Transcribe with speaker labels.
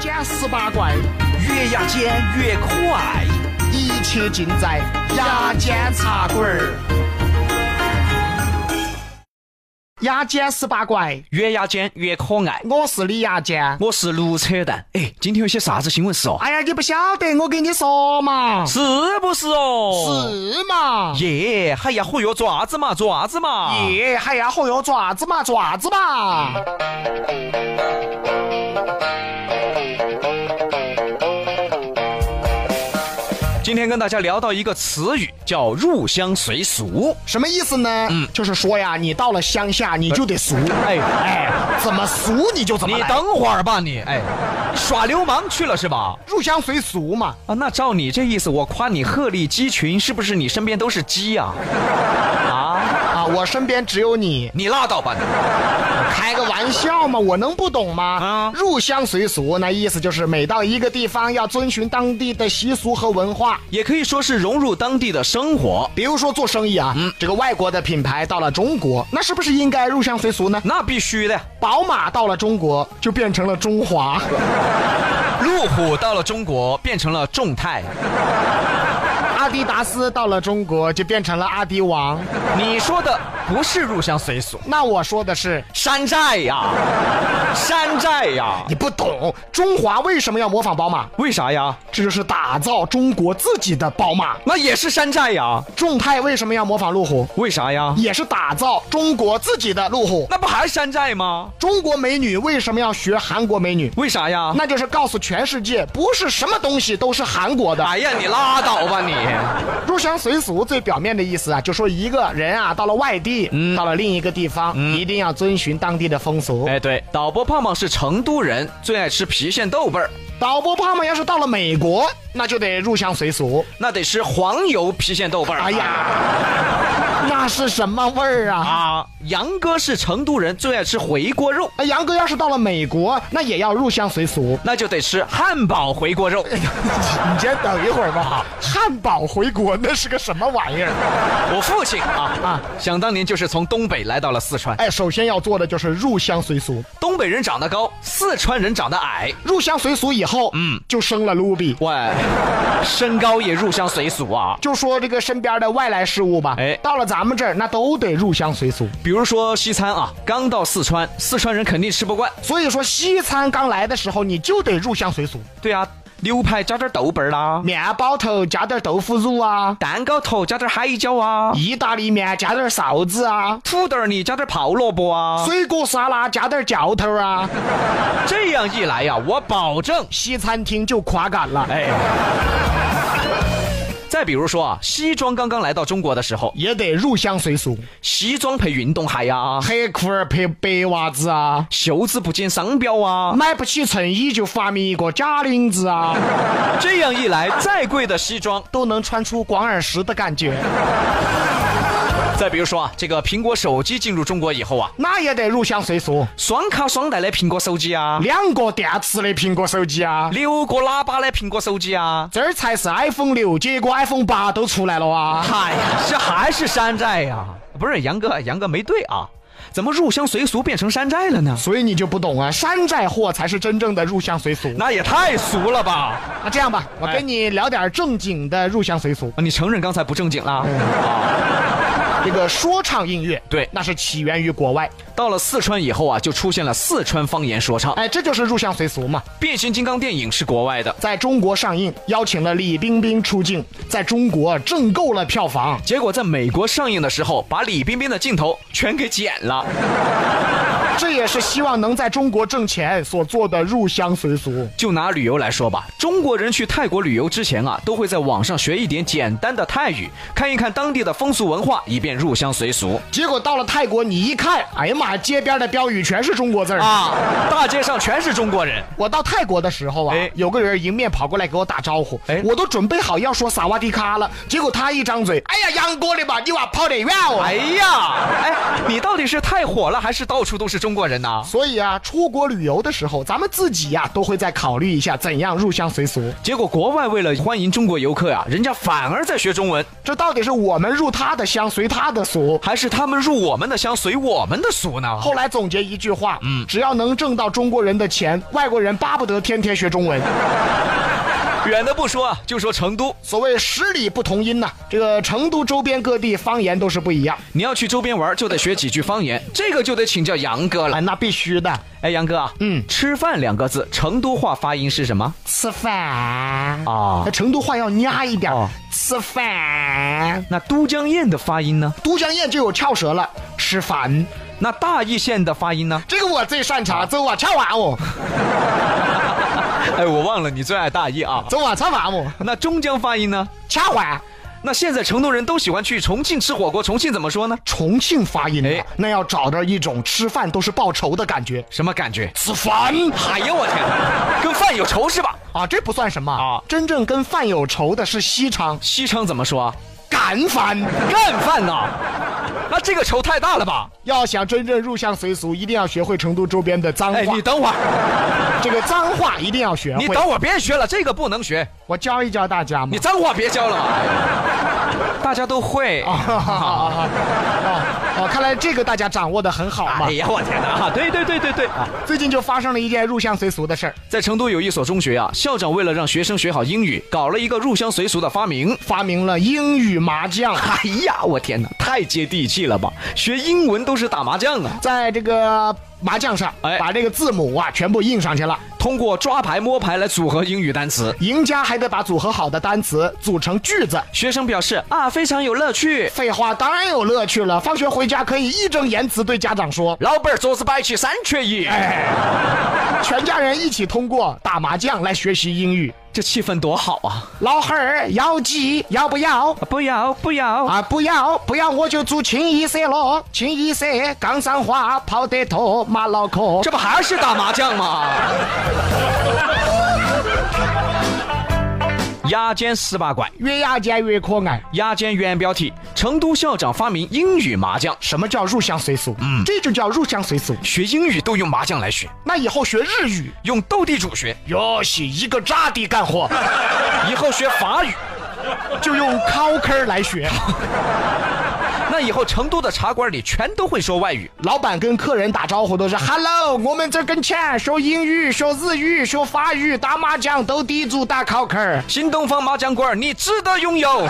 Speaker 1: 见十八怪，越牙尖越可爱，一切尽在牙尖茶馆儿。牙尖十八怪，
Speaker 2: 越牙尖越可爱。
Speaker 1: 我是李牙尖。
Speaker 2: 我是卢扯蛋。哎，今天有些啥子新闻事哦？
Speaker 1: 哎呀，你不晓得，我跟你说嘛，
Speaker 2: 是不是哦？
Speaker 1: 是嘛？
Speaker 2: 耶，哎呀，嚯哟，爪子嘛，爪子嘛。
Speaker 1: 耶，还呀，嚯哟，爪子嘛，爪子嘛。
Speaker 2: 今天跟大家聊到一个词语，叫入乡随俗。
Speaker 1: 什么意思呢？就是说呀，你到了乡下，你就得俗，
Speaker 2: 嗯哎
Speaker 1: 哎，怎么俗你就怎么
Speaker 2: 你
Speaker 1: 来，
Speaker 2: 等会儿吧，你哎，耍流氓去了是吧？
Speaker 1: 入乡随俗嘛。
Speaker 2: 啊，那照你这意思，我夸你鹤立鸡群，是不是你身边都是鸡呀、啊？
Speaker 1: 啊，我身边只有你，
Speaker 2: 你拉倒吧你！
Speaker 1: 开个玩笑嘛，我能不懂吗？
Speaker 2: 啊
Speaker 1: 入乡随俗，那意思就是每到一个地方要遵循当地的习俗和文化。
Speaker 2: 也可以说是融入当地的生活，
Speaker 1: 比如说做生意啊，这个外国的品牌到了中国，那是不是应该入乡随俗呢？
Speaker 2: 那必须的。
Speaker 1: 宝马到了中国就变成了中华，
Speaker 2: 路虎到了中国变成了众泰，
Speaker 1: 阿迪达斯到了中国就变成了阿迪王。
Speaker 2: 你说的不是入乡随俗，
Speaker 1: 那我说的是，
Speaker 2: 山寨呀，山寨呀，
Speaker 1: 你不懂中华为什么要模仿宝马，
Speaker 2: 为啥呀？
Speaker 1: 这就是打造中国自己的宝马。
Speaker 2: 那也是山寨呀，
Speaker 1: 众泰为什么要模仿路虎？
Speaker 2: 为啥呀？
Speaker 1: 也是打造中国自己的路虎。
Speaker 2: 那不还是山寨吗？
Speaker 1: 中国美女为什么要学韩国美女？
Speaker 2: 为啥呀？
Speaker 1: 那就是告诉全世界，不是什么东西都是韩国的。
Speaker 2: 哎呀，你拉倒吧你！
Speaker 1: 入乡随俗最表面的意思啊，就说一个人啊到了外地，到了另一个地方，一定要遵循当地的风俗。
Speaker 2: 哎，对，导播胖胖是成都人，最爱吃郫县豆瓣儿，
Speaker 1: 导播胖胖要是到了美国，那就得入乡随俗。
Speaker 2: 那得吃黄油郫县豆瓣儿。啊
Speaker 1: 哎呀， 那是什么味儿啊？
Speaker 2: 啊，杨哥是成都人，最爱吃回锅肉，
Speaker 1: 哎，杨哥要是到了美国，那也要入乡随俗。
Speaker 2: 那就得吃汉堡回锅肉。
Speaker 1: 你先等一会儿吧。汉堡回国那是个什么玩意儿？
Speaker 2: 我父亲啊啊，想当年就是从东北来到了四川。
Speaker 1: 哎，首先要做的就是入乡随俗。
Speaker 2: 东北人长得高，四川人长得矮。
Speaker 1: 入乡随俗以后，嗯，就生了卢比。
Speaker 2: 喂，身高也入乡随俗啊。
Speaker 1: 就说这个身边的外来事物吧，
Speaker 2: 哎
Speaker 1: 到了咱们这儿，那都得入乡随俗。
Speaker 2: 比如说西餐啊，刚到四川，四川人肯定吃不惯。
Speaker 1: 所以说，西餐刚来的时候，你就得入乡随俗，
Speaker 2: 对啊，牛排加点豆瓣儿啦，
Speaker 1: 面包头加点豆腐乳啊，
Speaker 2: 蛋糕头加点海椒啊，
Speaker 1: 意大利面加点臊子啊，
Speaker 2: 土豆泥加点泡萝卜啊。
Speaker 1: 水果沙拉加点浇头啊，
Speaker 2: 这样一来呀、我保证
Speaker 1: 西餐厅就垮杆了，
Speaker 2: 哎。再比如说啊，西装刚刚来到中国的时候，
Speaker 1: 也得入乡随俗，
Speaker 2: 西装配运动鞋呀、啊
Speaker 1: 黑裤儿配白袜子啊。
Speaker 2: 袖子不见商标啊。
Speaker 1: 买不起衬衣就发明一个假领子啊，
Speaker 2: 这样一来，再贵的西装，
Speaker 1: 都能穿出广耳石的感觉，
Speaker 2: 再比如说啊，这个苹果手机进入中国以后啊，
Speaker 1: 那也得入乡随俗。
Speaker 2: 双卡双待的苹果手机啊，
Speaker 1: 两个电池的苹果手机啊，
Speaker 2: 六个喇叭的苹果手机啊，
Speaker 1: 这儿才是 iPhone 六，结果 iPhone 八都出来了啊！
Speaker 2: 嗨、呀，这还是山寨呀、不是杨哥，杨哥没对啊，怎么入乡随俗变成山寨了呢？
Speaker 1: 所以你就不懂啊，山寨货才是真正的入乡随俗。
Speaker 2: 那哎也太俗了吧！
Speaker 1: 那这样吧，我跟你聊点正经的入乡随俗。
Speaker 2: 啊你承认刚才不正经啦？
Speaker 1: 这个说唱音乐，
Speaker 2: 对
Speaker 1: 那是起源于国外，
Speaker 2: 到了四川以后啊，就出现了四川方言说唱。
Speaker 1: 哎，这就是入乡随俗嘛。
Speaker 2: 变形金刚电影是国外的，
Speaker 1: 在中国上映，邀请了李冰冰出镜，在中国挣够了票房。
Speaker 2: 结果在美国上映的时候，把李冰冰的镜头全给剪了。
Speaker 1: 这也是希望能在中国挣钱所做的入乡随俗。
Speaker 2: 就拿旅游来说吧，中国人去泰国旅游之前啊，都会在网上学一点简单的泰语，看一看当地的风俗文化，以便入乡随俗
Speaker 1: 结果到了泰国，你一看，哎呀妈，街边的标语全是中国字儿。
Speaker 2: 啊。大街上全是中国人，
Speaker 1: 我到泰国的时候啊，
Speaker 2: 哎
Speaker 1: 有个人迎面跑过来给我打招呼，
Speaker 2: 哎
Speaker 1: 我都准备好要说萨瓦迪卡了，结果他一张嘴，哎呀，杨哥的吧，你娃跑得远哦。
Speaker 2: 哎呀，哎，你到底是太火了，还是到处都是中国人呐。
Speaker 1: 所以啊，出国旅游的时候，咱们自己呀、都会再考虑一下怎样入乡随俗。
Speaker 2: 结果国外为了欢迎中国游客呀、啊人家反而在学中文，
Speaker 1: 这到底是我们入他的乡，随他的俗？
Speaker 2: 还是他们入我们的乡，随我们的俗呢？哦
Speaker 1: 后来总结一句话，嗯，只要能挣到中国人的钱，外国人巴不得天天学中文。
Speaker 2: 远的不说啊，就说成都，
Speaker 1: 所谓十里不同音呐、这个成都周边各地方言都是不一样。
Speaker 2: 你要去周边玩，就得学几句方言，这个就得请教杨哥了
Speaker 1: 哎，。那必须的，
Speaker 2: 哎，杨哥啊，
Speaker 1: 嗯
Speaker 2: 吃饭两个字，成都话发音是什么？
Speaker 1: 吃饭
Speaker 2: 啊
Speaker 1: 那成都话要nha一点，
Speaker 2: 哦
Speaker 1: 吃饭。
Speaker 2: 那都江堰的发音呢？
Speaker 1: 都江堰就有翘舌了，吃饭。
Speaker 2: 那大邑县的发音呢？
Speaker 1: 这个我最擅长，走啊，翘娃哦，
Speaker 2: 哎，我忘了，你最爱大邑啊。
Speaker 1: 走啊，翘娃哦，
Speaker 2: 那中江发音呢？
Speaker 1: 翘娃。
Speaker 2: 那现在成都人都喜欢去重庆吃火锅，重庆怎么说呢？
Speaker 1: 重庆发音的
Speaker 2: 哎，
Speaker 1: 那要找到一种吃饭都是报仇的感觉。
Speaker 2: 什么感觉？
Speaker 1: 吃饭
Speaker 2: 哎呀，我天，跟饭有仇是吧？
Speaker 1: 啊，这不算什么
Speaker 2: 啊
Speaker 1: 真正跟饭有仇的是西昌
Speaker 2: 西昌怎么说啊？
Speaker 1: 赶饭。
Speaker 2: 干饭呐、那这个仇太大了吧？
Speaker 1: 要想真正入乡随俗，一定要学会成都周边的脏话。
Speaker 2: 哎，你等会儿，
Speaker 1: 这个脏话一定要学
Speaker 2: 你
Speaker 1: 会。
Speaker 2: 等会儿，别学了，这个不能学，
Speaker 1: 我教一教大家嘛
Speaker 2: 你。脏话别教了嘛。大家都会。
Speaker 1: 啊哈哈哈哈！哦哦，看来这个大家掌握的很好嘛
Speaker 2: 哎。呀，我天哪！啊 对对对对对、啊
Speaker 1: 最近就发生了一件入乡随俗的事儿，
Speaker 2: 在成都有一所中学啊，校长为了让学生学好英语，搞了一个入乡随俗的发明。
Speaker 1: 发明了英语麻将。
Speaker 2: 哎呀，我天哪，太接地气了吧！学英文都是打麻将啊。
Speaker 1: 在这个麻将上，
Speaker 2: 哎
Speaker 1: 把这个字母啊全部印上去了，
Speaker 2: 通过抓牌、摸牌来组合英语单词。
Speaker 1: 赢家还得把组合好的单词组成句子。
Speaker 2: 学生表示啊，非常有乐趣。
Speaker 1: 废话当然有乐趣了，放学回家可以义正言辞对家长说，
Speaker 2: 老板儿桌子摆起三缺一，
Speaker 1: 全家人一起通过打麻将来学习英语。
Speaker 2: 这气氛多好啊！
Speaker 1: 老汉儿要鸡要不要？
Speaker 2: 不要不要
Speaker 1: 啊，不要不要，我就做清一色咯，清一色杠上花跑得脱，马脑壳。
Speaker 2: 这不还是打麻将吗？ 压尖十八拐，
Speaker 1: 越压尖越可爱。
Speaker 2: 压尖原标题：成都校长发明英语麻将，
Speaker 1: 什么叫入乡随俗？嗯，这就叫入乡随俗。
Speaker 2: 学英语都用麻将来学，
Speaker 1: 那以后学日语，
Speaker 2: 用斗地主学，
Speaker 1: 哟西一个渣的干活，
Speaker 2: 以后学法语，
Speaker 1: 就用靠坑儿来学。
Speaker 2: 那以后成都的茶馆里全都会说外语。
Speaker 1: 老板跟客人打招呼都是 “hello”，我们这跟前学英语、学日语、学法语、打麻将、斗地主、打靠坑儿。
Speaker 2: 新东方麻将馆，你值得拥有。